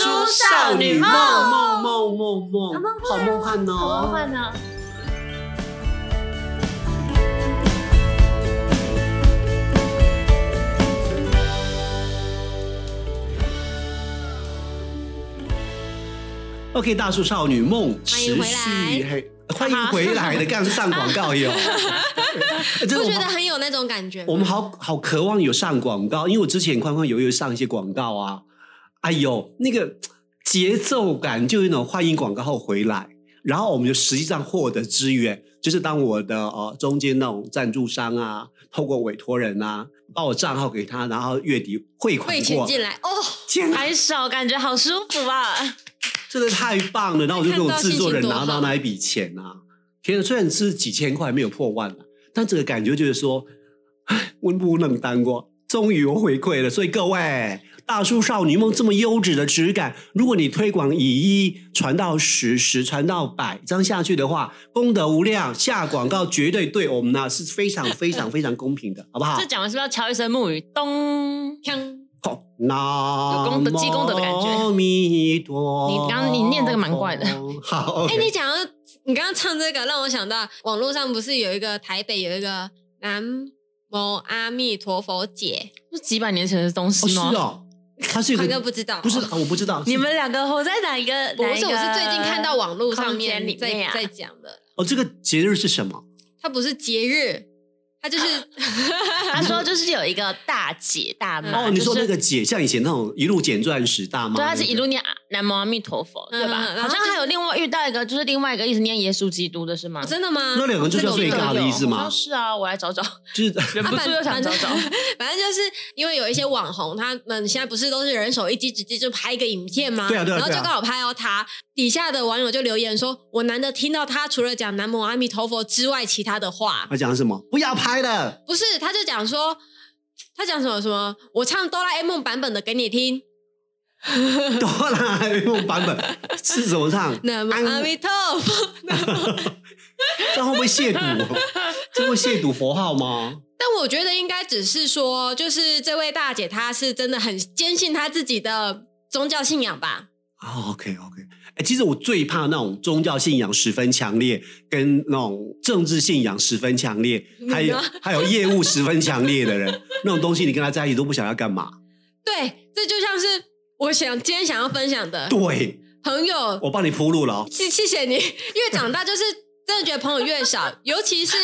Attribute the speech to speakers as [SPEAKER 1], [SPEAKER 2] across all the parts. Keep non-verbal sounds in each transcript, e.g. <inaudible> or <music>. [SPEAKER 1] 少女梦
[SPEAKER 2] 梦梦梦
[SPEAKER 1] 啊
[SPEAKER 2] 梦
[SPEAKER 1] 梦，
[SPEAKER 2] 好梦幻哦！
[SPEAKER 1] 好梦幻呢。
[SPEAKER 2] OK，大叔少女梦持
[SPEAKER 1] 欢迎回
[SPEAKER 2] 续
[SPEAKER 1] 来
[SPEAKER 2] 嘿，欢迎回
[SPEAKER 1] <laughs>
[SPEAKER 2] 来的，干上广告哎有，真
[SPEAKER 3] 不
[SPEAKER 2] 的
[SPEAKER 3] 觉得很有那种感觉吗？
[SPEAKER 2] 我们好好渴望有上广告，因为我之前宽宽有有上一些广告啊，哎呦，那个节奏感就有一种欢迎广告后回来，然后我们就实际上获得资源，就是当我的呃中间那种赞助商啊，透过委托人啊，把我账号给他，然后月底汇款
[SPEAKER 3] 汇钱
[SPEAKER 2] 过，
[SPEAKER 3] 进来哦，
[SPEAKER 2] 天哪，
[SPEAKER 1] 拍手感觉好舒服啊！
[SPEAKER 2] 真的太棒了！然后我就跟我制作人
[SPEAKER 3] 看到信心
[SPEAKER 2] 拿
[SPEAKER 3] 多
[SPEAKER 2] 到
[SPEAKER 3] 好
[SPEAKER 2] 那一笔钱啊，天哪，虽然是几千块没有破万啊，但这个感觉就是说，唉温不冷当过，终于有回馈了。所以各位，大叔少女梦这么优质的质感，如果你推广以一传到十，十传到百，这样下去的话，功德无量。下广告绝对对我们呢、是非常非常非常公平的，好不好
[SPEAKER 1] 这？讲完是不是要敲一声木鱼？咚！
[SPEAKER 3] 锵
[SPEAKER 2] 那
[SPEAKER 1] 有功德积功德的感觉
[SPEAKER 2] 弥陀，
[SPEAKER 1] 你刚刚你念这个蛮怪的。
[SPEAKER 2] 好，OK，
[SPEAKER 3] 哎、你讲到你刚刚唱这个，让我想到网络上不是有一个台北有一个南无阿弥陀佛姐，
[SPEAKER 1] 是几百年前的东
[SPEAKER 2] 哦，
[SPEAKER 1] 西
[SPEAKER 2] 是
[SPEAKER 1] 吗？
[SPEAKER 2] 哦，他
[SPEAKER 1] <laughs>
[SPEAKER 2] 是有
[SPEAKER 3] 宽
[SPEAKER 2] 个
[SPEAKER 3] 哥不知道，
[SPEAKER 2] 不是啊，我不知道。
[SPEAKER 1] 你们两个活在哪一个？
[SPEAKER 3] 不是，我
[SPEAKER 1] 哪一
[SPEAKER 3] 是
[SPEAKER 1] 个
[SPEAKER 3] 最近看到网络上
[SPEAKER 1] 空间里
[SPEAKER 3] 面在
[SPEAKER 1] 面啊 <laughs>
[SPEAKER 3] 在讲的，
[SPEAKER 2] 哦，这个节日是什么？
[SPEAKER 3] 它不是节日，它就是
[SPEAKER 1] 他说就是有一个大姐大妈，
[SPEAKER 2] 哦，你说
[SPEAKER 1] 啊
[SPEAKER 2] 那
[SPEAKER 1] 就是
[SPEAKER 2] 个节，像以前那种一路捡钻石大妈，
[SPEAKER 1] 对，
[SPEAKER 2] 那
[SPEAKER 1] 他
[SPEAKER 2] 个
[SPEAKER 1] 是一路念啊南无阿弥陀佛，对吧
[SPEAKER 3] 嗯嗯？嗯
[SPEAKER 1] 好像还有另外遇到一个，就是另外一个一直念耶稣基督的是吗？
[SPEAKER 3] 真的吗？
[SPEAKER 2] 啊那两个就叫
[SPEAKER 3] 这
[SPEAKER 2] 最
[SPEAKER 3] 有
[SPEAKER 2] 尬的意思
[SPEAKER 1] 好
[SPEAKER 2] 吗
[SPEAKER 1] 像？是啊，我来找
[SPEAKER 3] <laughs>
[SPEAKER 1] 找，
[SPEAKER 2] 就是 <laughs>
[SPEAKER 1] 忍 <laughs> 不住又想找找。
[SPEAKER 3] 反正就是因为有一些网红，他们现在不是都是人手一机，直接就拍一个影片吗？
[SPEAKER 2] 对啊对啊
[SPEAKER 3] 然后就
[SPEAKER 2] 对啊
[SPEAKER 3] 刚好拍到哦他，底下的网友就留言说：“我难得听到他除了讲南无阿弥陀佛之外，其他的话
[SPEAKER 2] 他讲什么？不要拍了，
[SPEAKER 3] 不是。”他就讲说，他讲什么什么，我唱哆啦 A 梦版本的给你听，
[SPEAKER 2] 哆啦 A 梦版本是怎么
[SPEAKER 1] <laughs>
[SPEAKER 2] 唱？
[SPEAKER 3] 南无阿弥陀佛。
[SPEAKER 2] 这样会不会亵渎？ <laughs> 这会亵渎佛号吗？
[SPEAKER 3] 但我觉得应该只是说，就是这位大姐她是真的很坚信她自己的宗教信仰吧。
[SPEAKER 2] 啊，OK，OK、o k OK，哎、其实我最怕那种宗教信仰十分强烈，跟那种政治信仰十分强烈，还有
[SPEAKER 3] 你呢
[SPEAKER 2] <laughs> 还有业务十分强烈的人，那种东西你跟他在一起都不想要干嘛？
[SPEAKER 3] 对，这就像是我想今天想要分享的
[SPEAKER 2] 对，
[SPEAKER 3] 朋友
[SPEAKER 2] 我帮你铺路了哦。
[SPEAKER 3] 谢谢谢你， <laughs> 越长大就是真的觉得朋友越少，尤其是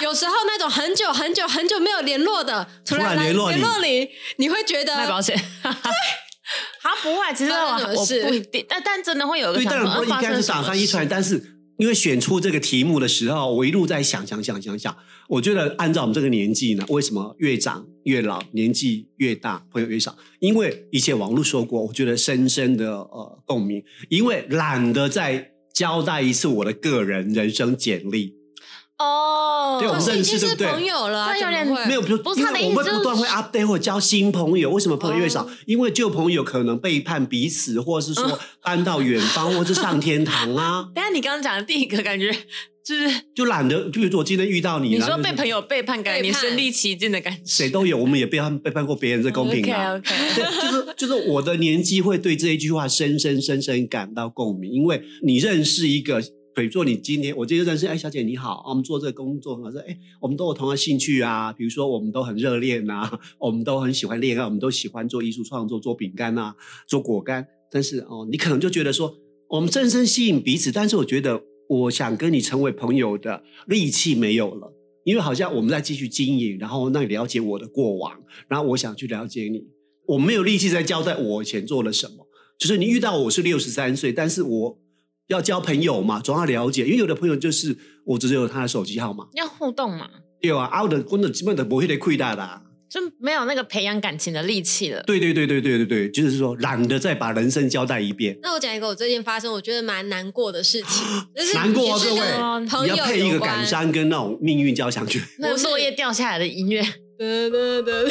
[SPEAKER 3] 有时候那种很久很久很久没有联络的，突
[SPEAKER 2] 突然
[SPEAKER 3] 来
[SPEAKER 2] 联络你
[SPEAKER 3] 联络你，你会觉
[SPEAKER 1] 卖保
[SPEAKER 3] 得
[SPEAKER 1] 险。 <laughs> 好啊像不会，其实我
[SPEAKER 3] 发生什么
[SPEAKER 1] 我
[SPEAKER 3] 事
[SPEAKER 1] 不一定，但但真的会有一个
[SPEAKER 2] 对，
[SPEAKER 1] 想
[SPEAKER 2] 当然不
[SPEAKER 1] 法呃
[SPEAKER 2] 会一
[SPEAKER 1] 发
[SPEAKER 2] 开
[SPEAKER 1] 生
[SPEAKER 2] 始
[SPEAKER 1] 什
[SPEAKER 2] 打
[SPEAKER 1] 么
[SPEAKER 2] 翻一
[SPEAKER 1] 事
[SPEAKER 2] 船，但是因为选出这个题目的时候，我一路在想想想想想，我觉得按照我们这个年纪呢，为什么越长越老，年纪越大朋友越少？因为以前网络说过，我觉得深深的呃共鸣，因为懒得再交代一次我的个人人生简历，
[SPEAKER 1] 哦，
[SPEAKER 2] 对我们
[SPEAKER 3] 可
[SPEAKER 2] 在
[SPEAKER 3] 是已经
[SPEAKER 2] 认识对
[SPEAKER 3] 是
[SPEAKER 2] 不对
[SPEAKER 3] 朋友了啊，
[SPEAKER 1] 这有点
[SPEAKER 3] 怎么会
[SPEAKER 2] 没有，比如
[SPEAKER 1] 不是
[SPEAKER 2] 因
[SPEAKER 1] 他的
[SPEAKER 2] 为我
[SPEAKER 1] 意
[SPEAKER 2] 们
[SPEAKER 1] 思
[SPEAKER 2] 不断会
[SPEAKER 1] 就是
[SPEAKER 2] update 或交新朋友，为什么朋友越少？
[SPEAKER 3] 哦
[SPEAKER 2] 因为旧朋友可能背叛彼此，或是
[SPEAKER 1] 嗯
[SPEAKER 2] 说搬到远方，或是上天堂啊，
[SPEAKER 1] 但是你刚刚讲的第一个感觉就是，
[SPEAKER 2] 就懒得。就比如说我今天遇到你
[SPEAKER 1] 你
[SPEAKER 2] 了，
[SPEAKER 1] 说
[SPEAKER 2] 就是
[SPEAKER 1] 被朋友背叛，感觉
[SPEAKER 3] 背
[SPEAKER 1] 你
[SPEAKER 3] 叛
[SPEAKER 1] 身临其境的感觉，
[SPEAKER 2] 谁都有，我们也背叛背叛过别人，这公平啊。
[SPEAKER 1] OK OK，
[SPEAKER 2] 对， <laughs> 就是就是我的年纪会对这一句话深深深深感到共鸣，因为你认识一个，比如说你今天我今天认识哎小姐你好，啊我们做这个工作很好，说哎我们都有同样兴趣啊，比如说我们都很热恋啊，我们都很喜欢恋爱，我们都喜欢做艺术创作、做饼干啊、做果干，但是哦你可能就觉得说我们深深吸引彼此，但是我觉得我想跟你成为朋友的力气没有了。因为好像我们在继续经营，然后让你了解我的过往，然后我想去了解你，我没有力气再交代我以前做了什么。就是你遇到我是六十三岁，但是我要交朋友嘛，总要了解，因为有的朋友就是我只有他的手机号码，
[SPEAKER 1] 要互动嘛，
[SPEAKER 2] 对吧？啊，我的工作基本都不会得亏大的啊。
[SPEAKER 1] 就没有那个培养感情的力气了。
[SPEAKER 2] 对对对对对对对，就是说懒得再把人生交代一遍。
[SPEAKER 3] 那我讲一个我最近发生我觉得蛮难过的事
[SPEAKER 2] <gasps>
[SPEAKER 3] 情，就是
[SPEAKER 2] 难过啊
[SPEAKER 3] 也是
[SPEAKER 2] 各位
[SPEAKER 3] 跟朋
[SPEAKER 2] 你
[SPEAKER 3] 友
[SPEAKER 2] 要配一个
[SPEAKER 3] 有关
[SPEAKER 2] 感伤跟那种命运交响曲，
[SPEAKER 1] 那
[SPEAKER 3] 我是
[SPEAKER 1] 落叶掉下来的音 <laughs> 乐，
[SPEAKER 3] 得得得得，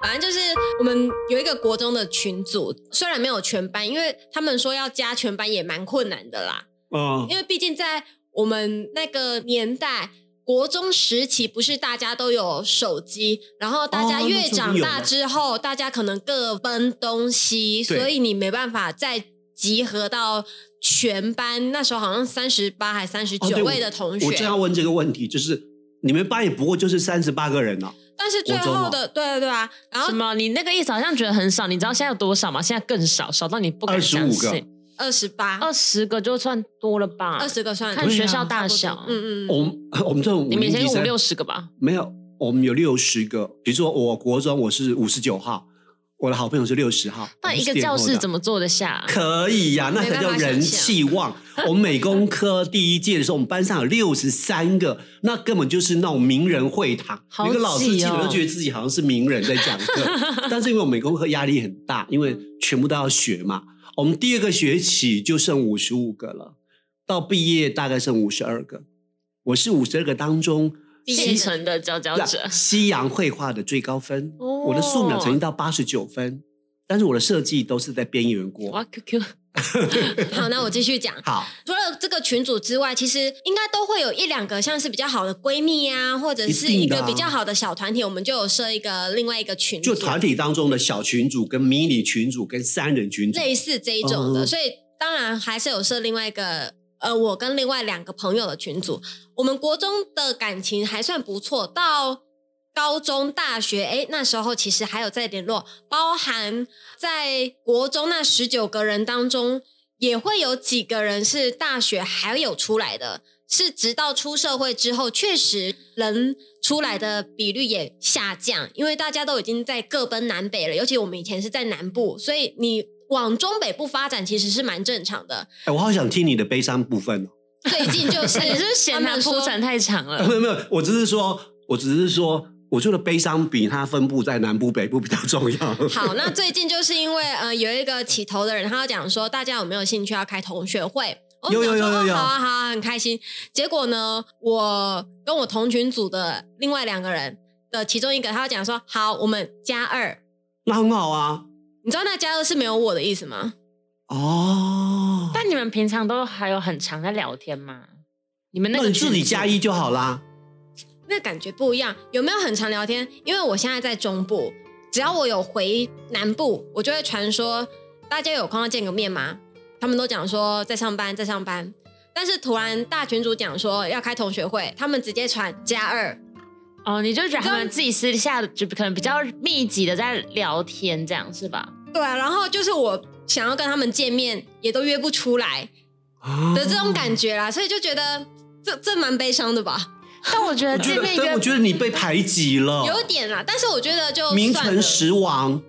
[SPEAKER 3] 反正就是我们有一个国中的群组，虽然没有全班，因为他们说要加全班也蛮困难的啦。
[SPEAKER 2] 嗯，
[SPEAKER 3] 因为毕竟在我们那个年代，国中时期不是大家都有手机，然后大家
[SPEAKER 2] 哦
[SPEAKER 3] 越长
[SPEAKER 2] 那时候有
[SPEAKER 3] 大
[SPEAKER 2] 的
[SPEAKER 3] 之后，大家可能各奔东西，
[SPEAKER 2] 对
[SPEAKER 3] 所以你没办法再集合到全班，那时候好像三十八还三十
[SPEAKER 2] 哦
[SPEAKER 3] 九
[SPEAKER 2] 对我
[SPEAKER 3] 位的同学，
[SPEAKER 2] 我正要问这个问题，就是你们班也不过就是三十八个人啊，
[SPEAKER 3] 但是最
[SPEAKER 2] 国中哦
[SPEAKER 3] 后的，对对对啊，然
[SPEAKER 1] 什
[SPEAKER 3] 后
[SPEAKER 1] 么？你那个意思好像觉得很少，你知道现在有多少吗？现在更少，少到你不敢相
[SPEAKER 2] 25个
[SPEAKER 1] 信。
[SPEAKER 3] 二十八、
[SPEAKER 1] 二十个就算多了吧？
[SPEAKER 3] 二十个算
[SPEAKER 1] 看学校大小。
[SPEAKER 3] 嗯嗯嗯，
[SPEAKER 2] 我们 <laughs> 我们这种五
[SPEAKER 1] 你们以
[SPEAKER 2] 年
[SPEAKER 1] 前
[SPEAKER 2] 级
[SPEAKER 1] 有五
[SPEAKER 2] 生
[SPEAKER 1] 六十个吧？
[SPEAKER 2] 没有，我们有六十个，比如说我国中我是五十九号，我的好朋友是六十号，
[SPEAKER 1] 那一个教室怎
[SPEAKER 2] 么？
[SPEAKER 1] 么坐得下啊？
[SPEAKER 2] 可以呀、那才叫人气旺。我们美工科第一届的时候，我们班上有六十三个，那根本就是那种名人会堂。
[SPEAKER 1] 好
[SPEAKER 2] 每个老师
[SPEAKER 1] 挤
[SPEAKER 2] 基本
[SPEAKER 1] 哦
[SPEAKER 2] 都觉得自己好像是名人在讲
[SPEAKER 1] <laughs>
[SPEAKER 2] 课，但是因为我们美工科压力很大，因为全部都要学嘛。我们第二个学期就剩五十五个了，到毕业大概剩五十二个。我是五十二个当中
[SPEAKER 3] 毕业
[SPEAKER 1] 西城的佼佼者
[SPEAKER 2] 那，西洋绘画的最高分，
[SPEAKER 1] 哦
[SPEAKER 2] 我的素描曾经到八十九分，但是我的设计都是在边缘过
[SPEAKER 1] 哇。QQ， <laughs>
[SPEAKER 3] 好，那我继续讲。
[SPEAKER 2] 好，
[SPEAKER 3] 除了这个群组之外，其实应该都会有一两个像是比较好的闺蜜啊，或者是
[SPEAKER 2] 一
[SPEAKER 3] 一
[SPEAKER 2] 定的
[SPEAKER 3] 个
[SPEAKER 2] 啊
[SPEAKER 3] 比较好的小团体，我们就有设一个另外一个群组，
[SPEAKER 2] 就团体当中的小群组、跟迷你群组、跟三人群组，
[SPEAKER 3] 类似这一种的，
[SPEAKER 2] 嗯
[SPEAKER 3] 所以当然还是有设另外一个。呃，我跟另外两个朋友的群组，我们国中的感情还算不错，到高中、大学，哎，那时候其实还有在联络，包含在国中那十九个人当中，也会有几个人是大学还有出来的，是直到出社会之后，确实人出来的比率也下降，因为大家都已经在各奔南北了，尤其我们以前是在南部，所以你往中北部发展其实是蛮正常的。
[SPEAKER 2] 哎，我好想听你的悲伤部分哦。
[SPEAKER 3] 最近就是
[SPEAKER 2] <laughs>
[SPEAKER 1] 哎你是不是嫌
[SPEAKER 3] 他
[SPEAKER 1] 他
[SPEAKER 3] 们说
[SPEAKER 1] 铺展太长
[SPEAKER 3] 嗯
[SPEAKER 1] 了
[SPEAKER 2] 没？有没有，我只是说，我只是说，我觉得悲伤比它分布在南部、北部比较重要。
[SPEAKER 3] 好，那最近就是因为呃有一个起头的人，他要讲说大家有没有兴趣要开同学会？我
[SPEAKER 2] 有有
[SPEAKER 3] 想说
[SPEAKER 2] 有有有
[SPEAKER 3] 哦好啊好啊，很开心。结果呢，我跟我同群组的另外两个人的其中一个，他要讲说好，我们加二。
[SPEAKER 2] 那很好啊。
[SPEAKER 3] 你知道那加二是没有我的意思吗？
[SPEAKER 2] 哦，
[SPEAKER 1] 但你们平常都还有很常在聊天吗？你们那
[SPEAKER 2] 那
[SPEAKER 1] 个
[SPEAKER 2] 你自己
[SPEAKER 1] 群组
[SPEAKER 2] 加一就好啦。
[SPEAKER 3] 那感觉不一样。有没有很常聊天？因为我现在在中部，只要我有回南部，我就会传说大家有空要见个面吗？他们都讲说在上班，在上班。但是突然大群主讲说要开同学会，他们直接传加二，
[SPEAKER 1] 哦，你就觉得他们自己私下就可能比较密集的在聊天，这样是吧？
[SPEAKER 3] 对啊，然后就是我想要跟他们见面，也都约不出来
[SPEAKER 2] 啊
[SPEAKER 3] 的这种感觉啦，所以就觉得这这蛮悲伤的吧，
[SPEAKER 1] <laughs> 但我觉得
[SPEAKER 2] 我觉
[SPEAKER 1] 见
[SPEAKER 2] 得，
[SPEAKER 1] 面
[SPEAKER 2] <laughs> 但
[SPEAKER 1] 约
[SPEAKER 2] 我觉得你被排挤了，
[SPEAKER 3] 有点啦。但是我觉得就
[SPEAKER 2] 名
[SPEAKER 3] 算
[SPEAKER 2] 存
[SPEAKER 3] 了
[SPEAKER 2] 实亡。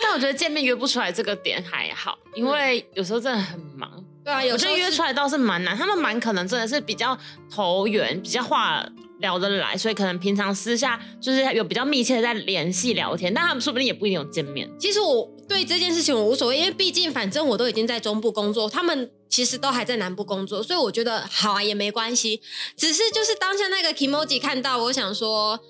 [SPEAKER 1] 但我觉得见面约不出来这个点还好，因为有时候真的很忙。
[SPEAKER 3] 对啊，有
[SPEAKER 1] 我
[SPEAKER 3] 时
[SPEAKER 1] 觉
[SPEAKER 3] 候
[SPEAKER 1] 得约
[SPEAKER 3] 是
[SPEAKER 1] 出来倒是蛮难，他们蛮可能真的是比较投缘，比较话聊得来，所以可能平常私下就是有比较密切的在联系聊天，但他们说不定也不一定有见面。
[SPEAKER 3] 其实我对这件事情我无所谓，因为毕竟反正我都已经在中部工作，他们其实都还在南部工作，所以我觉得好啊也没关系。只是就是当下那个 emoji 看到，我想说，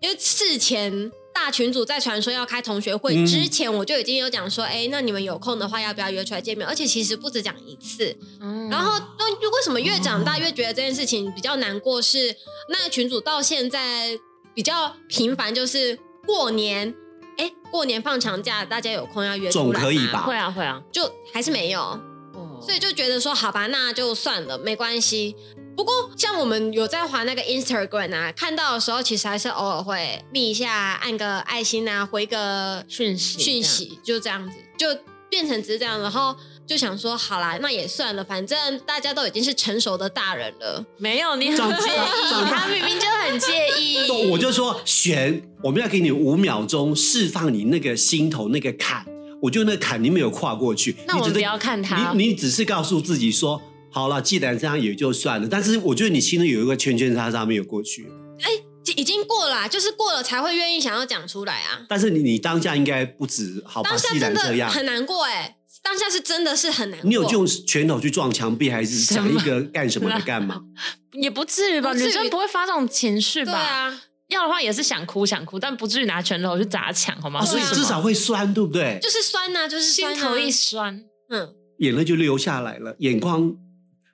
[SPEAKER 3] 因为事前大群组在传说要开同学会、
[SPEAKER 2] 嗯
[SPEAKER 3] 之前，我就已经有讲说，哎，那你们有空的话要不要约出来见面？而且其实不止讲一次，
[SPEAKER 1] 嗯
[SPEAKER 3] 然后，那为什么越长大越觉得这件事情比较难过是？那个群主到现在比较频繁，就是过年，哎，过年放长假，大家有空要约出来
[SPEAKER 2] 总可以
[SPEAKER 3] 吗
[SPEAKER 2] 吧
[SPEAKER 1] 会啊会啊，
[SPEAKER 3] 就还是没有，所
[SPEAKER 1] 以
[SPEAKER 3] 以就觉得说，好吧，那就算了，没关系。不过，像我们有在划那个 Instagram 啊，看到的时候，其实还是偶尔会密一下，按个爱心啊，回个
[SPEAKER 1] 讯息
[SPEAKER 3] 讯息就这样子，就变成只是这样，然后就想说，好啦，那也算了，反正大家都已经是成熟的大人 <laughs> 了，
[SPEAKER 1] 没有， <laughs> 你很
[SPEAKER 2] 长
[SPEAKER 1] 介
[SPEAKER 2] 长大
[SPEAKER 1] 意，他明明就很介
[SPEAKER 3] <laughs>
[SPEAKER 1] 意。
[SPEAKER 2] 对，我就说选，我们要给你五秒钟释放你那个心头那个坎，我就那个坎你没有跨过去，
[SPEAKER 1] 那
[SPEAKER 2] 你
[SPEAKER 1] 我
[SPEAKER 2] 只是
[SPEAKER 1] 们不要看他
[SPEAKER 2] 你你只是告诉自己说，好了，既然这样也就算了，但是我觉得你心里有一个圈圈叉叉没有过去，
[SPEAKER 3] 已已经过了啊、就是过了才会愿意想要讲出来啊。
[SPEAKER 2] 但是你你当下应该不止好吧，
[SPEAKER 3] 当下
[SPEAKER 2] 既然
[SPEAKER 3] 真
[SPEAKER 2] 这
[SPEAKER 3] 的
[SPEAKER 2] 样。
[SPEAKER 3] 很难过哎、当下是真的是很难过。
[SPEAKER 2] 你有用拳头去撞墙壁，还是想一个干什么的干嘛？
[SPEAKER 1] 也不至于吧？
[SPEAKER 3] 不至于
[SPEAKER 1] 女生不会发这种情绪
[SPEAKER 3] 对
[SPEAKER 1] 吧？
[SPEAKER 3] 啊，
[SPEAKER 1] 要的话也是想哭想哭，但不至于拿拳头去砸墙，好吗？
[SPEAKER 2] 啊，所以
[SPEAKER 1] 为什么
[SPEAKER 2] 至少会酸，对不对？
[SPEAKER 3] 就是酸呐、就是酸、
[SPEAKER 1] 心
[SPEAKER 3] 啊、
[SPEAKER 1] 头一酸。
[SPEAKER 3] 嗯， <laughs>
[SPEAKER 2] 眼泪就流下来了，眼眶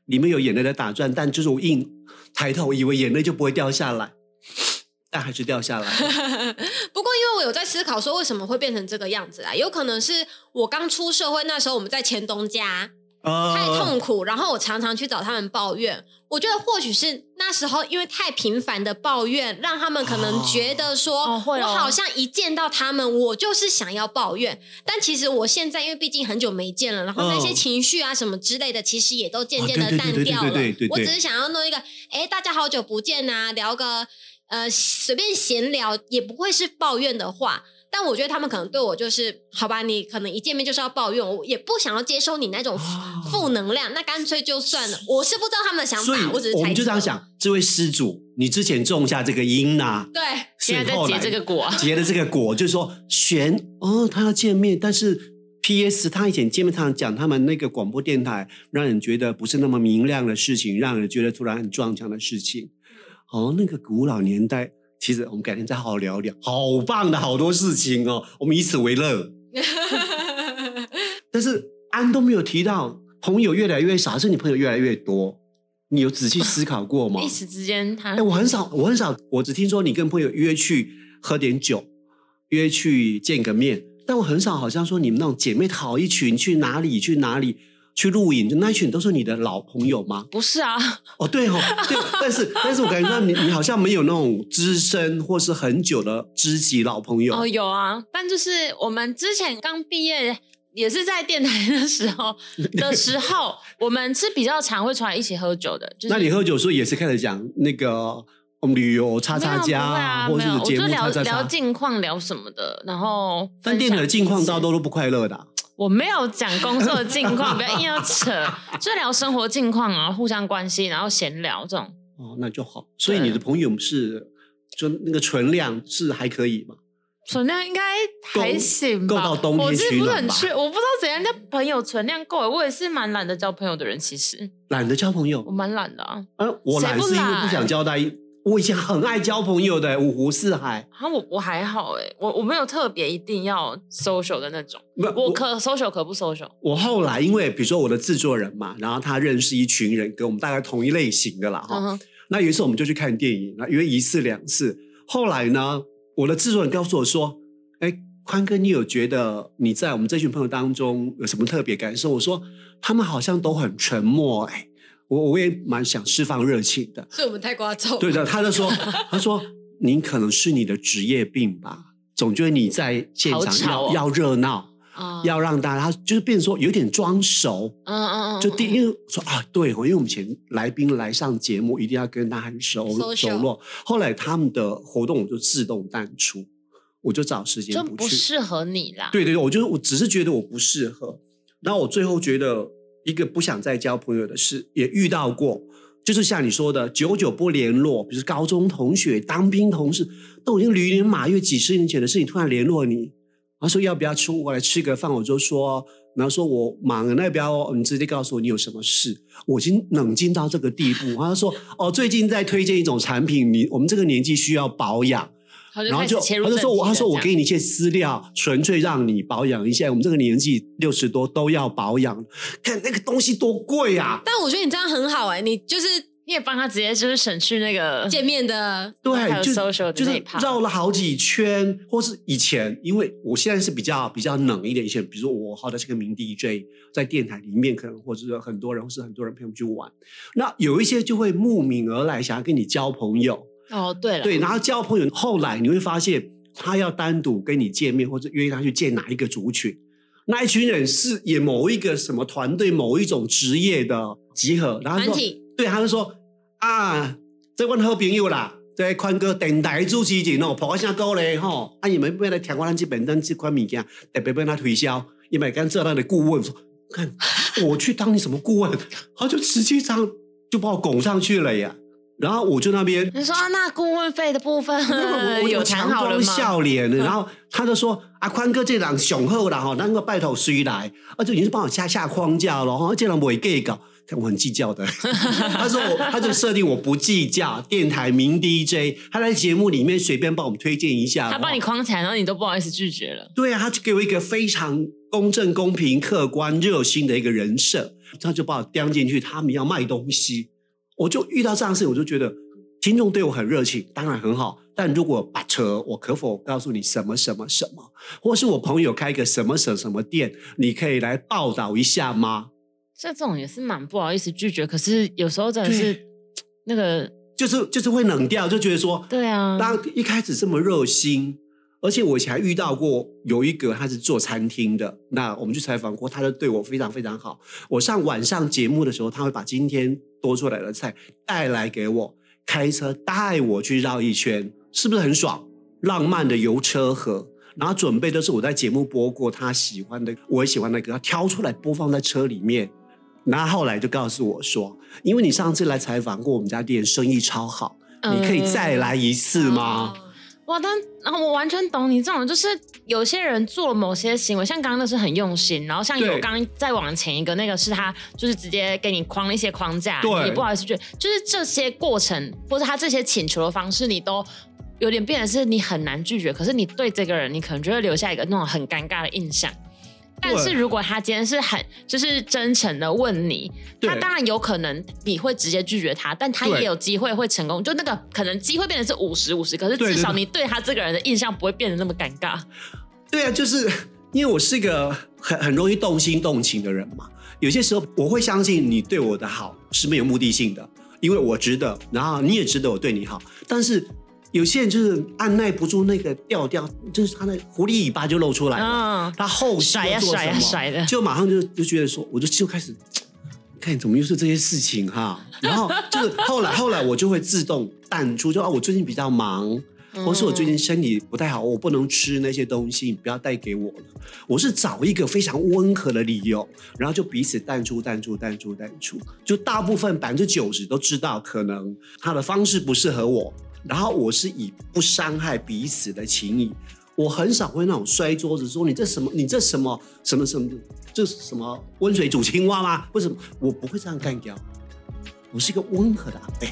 [SPEAKER 2] 里面有眼泪在打转，但就是我硬抬头，以为眼泪就不会掉下来，但还是掉下来。
[SPEAKER 3] 不过，因为我有在思考说为什么会变成这个样子啊？有可能是我刚出社会那时候，我们在前东家
[SPEAKER 2] 呃，
[SPEAKER 3] 太痛苦，然后我常常去找他们抱怨。我觉得或许是那时候因为太频繁的抱怨，让他们可能觉得说，
[SPEAKER 1] 哦会哦
[SPEAKER 3] 我好像一见到他们，我就是想要抱怨。但其实我现在因为毕竟很久没见了，然后那些
[SPEAKER 2] 嗯
[SPEAKER 3] 情绪啊什么之类的，其实也都渐渐
[SPEAKER 2] 哦
[SPEAKER 3] 的
[SPEAKER 2] 对对对
[SPEAKER 3] 淡
[SPEAKER 2] 对
[SPEAKER 3] 掉了
[SPEAKER 2] 对对对对。
[SPEAKER 3] 我只是想要弄一个，哎，大家好久不见啊，聊个呃随便闲聊，也不会是抱怨的话。但我觉得他们可能对我就是，好吧，你可能一见面就是要抱怨，我也不想要接收你那种
[SPEAKER 2] 哦
[SPEAKER 3] 负能量，那干脆就算了。我是不知道他们的想
[SPEAKER 2] 所
[SPEAKER 3] 法
[SPEAKER 2] 以，
[SPEAKER 3] 我只是
[SPEAKER 2] 我
[SPEAKER 3] 猜
[SPEAKER 2] 们就
[SPEAKER 3] 测
[SPEAKER 2] 这样，想：这位施主，你之前种下这个因呐、
[SPEAKER 3] 对， <laughs>
[SPEAKER 2] 所以
[SPEAKER 1] 现在在
[SPEAKER 2] 后来
[SPEAKER 1] 结这个果，
[SPEAKER 2] 结了这个果，就是说玄哦，他要见面，但是 P.S. 他以前见面常讲他们那个广播电台，让人觉得不是那么明亮的事情，让人觉得突然很撞墙的事情。哦，那个古老年代，其实我们改天再好好聊一聊，好棒的好多事情哦，我们以此为乐。但是安都没有提到，朋友越来越少，还是你朋友越来越多？你有仔细思考过
[SPEAKER 1] <laughs>
[SPEAKER 2] 吗？
[SPEAKER 1] 一时之间他
[SPEAKER 2] 哎、我很少，我很少，我只听说你跟朋友约去喝点酒，约去见个面，但我很少好像说你们那种姐妹好一群去哪里去哪里去露营，就那一群都是你的老朋友吗？
[SPEAKER 1] 不是啊，
[SPEAKER 2] 哦，对哦，对，但是但是我感觉到你你好像没有那种资深或是很久的知己老朋友。
[SPEAKER 1] 哦有啊，但就是我们之前刚毕业。也是在电台的
[SPEAKER 2] <laughs>
[SPEAKER 1] 时候的时候，我们是比较常会出来一起喝酒的。就是、
[SPEAKER 2] 那你喝酒的时候也是开始讲那个我们旅游叉叉家啊，
[SPEAKER 1] 没
[SPEAKER 2] 或
[SPEAKER 1] 有
[SPEAKER 2] 者是
[SPEAKER 1] 不会啊，没有，我
[SPEAKER 2] 节
[SPEAKER 1] 就
[SPEAKER 2] 目
[SPEAKER 1] 聊
[SPEAKER 2] 叉叉叉。
[SPEAKER 1] 聊近况，聊什么的，然后
[SPEAKER 2] 但
[SPEAKER 1] 分
[SPEAKER 2] 电台
[SPEAKER 1] 享
[SPEAKER 2] 的近况
[SPEAKER 1] 彼此
[SPEAKER 2] 大家都都不快乐的啊、
[SPEAKER 1] 我没有讲工作的近况，不要硬要扯，就聊生活近况啊，互相关心，然后闲聊这种。
[SPEAKER 2] 哦，那就好。所以你的朋友是，就那个存量是还可以嘛？
[SPEAKER 1] 存量应该还行吧，
[SPEAKER 2] 够够到冬天
[SPEAKER 1] 我自己不是很
[SPEAKER 2] 取
[SPEAKER 1] 缺，我不知道怎样叫朋友存量够欸。我也是蛮懒得交朋友的人，其实
[SPEAKER 2] 懒得交朋友
[SPEAKER 1] 我，蛮懒的啊。
[SPEAKER 2] 而、我
[SPEAKER 1] 谁
[SPEAKER 2] 懒
[SPEAKER 1] 不
[SPEAKER 2] 是因为
[SPEAKER 1] 懒
[SPEAKER 2] 不想交代。我以前很爱交朋友的，五湖四海。
[SPEAKER 1] 啊，我我还好哎、我我没有特别一定要 social 的那种，
[SPEAKER 2] 不，
[SPEAKER 1] 我
[SPEAKER 2] 我
[SPEAKER 1] 可 social 可不 social。
[SPEAKER 2] 我后来因为比如说我的制作人嘛，然后他认识一群人，跟我们大概同一类型的啦哈。
[SPEAKER 1] 嗯哼，
[SPEAKER 2] 那有一次我们就去看电影，那约一次两次。后来呢，我的制作人告诉我说：“哎，宽哥，你有觉得你在我们这群朋友当中有什么特别感受？”我说：“他们好像都很沉默、哎，我我也蛮想释放热情的。
[SPEAKER 3] 所以我们太夸张。
[SPEAKER 2] 对的，他就说：“ <laughs> 他说您可能是你的职业病吧，总觉得你在现
[SPEAKER 1] 好
[SPEAKER 2] 场
[SPEAKER 1] 吵
[SPEAKER 2] 要、
[SPEAKER 1] 哦
[SPEAKER 2] 要热闹，
[SPEAKER 1] 啊
[SPEAKER 2] 要让大家就是变成说有点装熟。”
[SPEAKER 1] 嗯嗯嗯，
[SPEAKER 2] 就第因为说啊，对哦，因为我们以前来宾来上节目，一定要跟他很熟
[SPEAKER 3] Social
[SPEAKER 2] 熟络。后来他们的活动我就自动淡出，我就找时间
[SPEAKER 1] 就
[SPEAKER 2] 不
[SPEAKER 1] 不
[SPEAKER 2] 去。
[SPEAKER 1] 适合你啦。
[SPEAKER 2] 对对对，我就是我只是觉得我不适合。然后我最后觉得一个不想再交朋友的事也遇到过，就是像你说的，久久不联络，比如高中同学、当兵同事，都已经驴年马月几十年前的事情，突然联络你，他说要不要出国来吃个饭，我就说。然后说我忙了，那不要哦，你直接告诉我你有什么事。我已经冷静到这个地步。他就说哦，最近在推荐一种产品，你我们这个年纪需要保养。
[SPEAKER 1] 然
[SPEAKER 2] 然后就
[SPEAKER 1] 切
[SPEAKER 2] 他
[SPEAKER 1] 入
[SPEAKER 2] 就
[SPEAKER 1] 正
[SPEAKER 2] 说我
[SPEAKER 1] 题
[SPEAKER 2] 他
[SPEAKER 1] 了
[SPEAKER 2] 说我
[SPEAKER 1] 这样
[SPEAKER 2] 给你一些资料，纯粹让你保养一下。我们这个年纪六十多都要保养，看那个东西多贵啊！
[SPEAKER 3] 但我觉得你这样很好哎、你就是
[SPEAKER 1] 你也帮他直接就是省去那个
[SPEAKER 3] 见面的，
[SPEAKER 1] 还有
[SPEAKER 2] 对，就
[SPEAKER 1] social 的
[SPEAKER 2] 就
[SPEAKER 1] 那一
[SPEAKER 2] 是
[SPEAKER 1] 趴
[SPEAKER 2] 绕了好几圈，或是以前，因为我现在是比较比较冷一点，以前比如说我好的是个名 DJ，在电台里面可能或者是很多人或是很多人陪我们去玩，那有一些就会慕名而来，想要跟你交朋友。
[SPEAKER 1] 哦，对了，
[SPEAKER 2] 对，然后交朋友，后来你会发现他要单独跟你见面，或者约他去见哪一个族群，那一群人是也某一个什么团队、某一种职业的集合，然后
[SPEAKER 3] 团
[SPEAKER 2] 他说，
[SPEAKER 3] 体
[SPEAKER 2] 对，他就说啊，这问好朋友啦。这宽哥，电台主持人哦，跑到啥高嘞吼？啊，你们要来听我咱这本咱这款物件，特别被他推销，因为刚做他的顾问，说看我去当你什么顾问， <laughs> 他就直接这样就把我拱上去了呀。然后我就那边
[SPEAKER 1] 你说啊，那顾问费的部分
[SPEAKER 2] <laughs>
[SPEAKER 1] <laughs>
[SPEAKER 2] 那我
[SPEAKER 1] 有
[SPEAKER 2] 我
[SPEAKER 1] 谈
[SPEAKER 2] 强
[SPEAKER 1] 好了
[SPEAKER 2] 装
[SPEAKER 1] 吗？嗯
[SPEAKER 2] 笑脸的，然后他就说：“啊，宽哥这人雄厚啦哈，那个拜托谁来？啊，就已经是帮我下下框架了 <laughs> 哦哈，这人不会 gay 搞。” <laughs> 看我很计较的，他说我，他就设定我不计较。电台名 DJ，他在节目里面随便帮我们推荐一下，哦
[SPEAKER 1] 他帮你框起来，然后你都不好意思拒绝了。
[SPEAKER 2] 对啊，他就给我一个非常公正、公平、客观、热心的一个人设，他就把我叼进去，他们要卖东西，我就遇到这样的事情，我就觉得听众对我很热情，当然很好。但如果把车，我可否告诉你什么什么什么，或是我朋友开一个什么什么什么店，你可以来报道一下吗？
[SPEAKER 1] 这种也是蛮不好意思拒绝，可是有时候真的是那个，
[SPEAKER 2] 就是就是会冷掉，就觉得说，
[SPEAKER 1] 对啊，
[SPEAKER 2] 当一开始这么热心，而且我以前还遇到过有一个他是做餐厅的，那我们去采访过，他就对我非常非常好。我上晚上节目的时候，他会把今天多出来的菜带来给我，开车带我去绕一圈，是不是很爽？浪漫的游车河。然后准备都是我在节目播过他喜欢的，我也喜欢的歌，他挑出来播放在车里面。然后后来就告诉我说，因为你上次来采访过我们家店，生意超好，
[SPEAKER 1] 嗯
[SPEAKER 2] 你可以哦再来一次吗？
[SPEAKER 3] 哦？
[SPEAKER 1] 哇，但然后我完全懂你这种，就是有些人做了某些行为，像刚刚那是很用心，然后像
[SPEAKER 2] 对
[SPEAKER 1] 有刚刚再往前一个那个是他就是直接给你框了一些框架，
[SPEAKER 2] 对
[SPEAKER 1] 你也不好意思去，就是这些过程或者他这些请求的方式，你都有点变得是你很难拒绝，可是你对这个人，你可能就会留下一个那种很尴尬的印象。但是如果他今天是很就是真诚的问你，他
[SPEAKER 2] 对
[SPEAKER 1] 当然有可能你会直接拒绝他，但他
[SPEAKER 2] 对
[SPEAKER 1] 也有机会会成功。就那个可能机会变成是五十五十，可是
[SPEAKER 2] 对
[SPEAKER 1] 至
[SPEAKER 2] 对
[SPEAKER 1] 少
[SPEAKER 2] 对
[SPEAKER 1] 你对他这个人的印象不会变得那么尴尬。
[SPEAKER 2] 对啊，就是因为我是一个很很容易动心动情的人嘛，有些时候我会相信你对我的好是没有目的性的，因为我值得，然后你也值得我对你好，但是。有些人就是按耐不住那个调调，就是他的狐狸尾巴就露出来了。
[SPEAKER 1] 嗯，
[SPEAKER 2] 他后期
[SPEAKER 1] 甩呀
[SPEAKER 2] 要做
[SPEAKER 1] 甩呀
[SPEAKER 2] 什么
[SPEAKER 1] 甩的
[SPEAKER 2] 就马上就就觉得说，我就就开始，看怎么又是这些事情哈。然后就是后来后来我就会自动淡出，就啊我最近比较忙，
[SPEAKER 1] 嗯
[SPEAKER 2] 或是我最近身体不太好，我不能吃那些东西，你不要带给我了。我是找一个非常温和的理由，然后就彼此淡出淡出淡出淡出，就大部分百分之九十都知道可能他的方式不适合我。然后我是以不伤害彼此的情谊我很少会那种摔桌子说你这什么，你这什么什么什么，这是什么温水煮青蛙吗？为什么我不会这样干掉？我是一个温和的阿伯，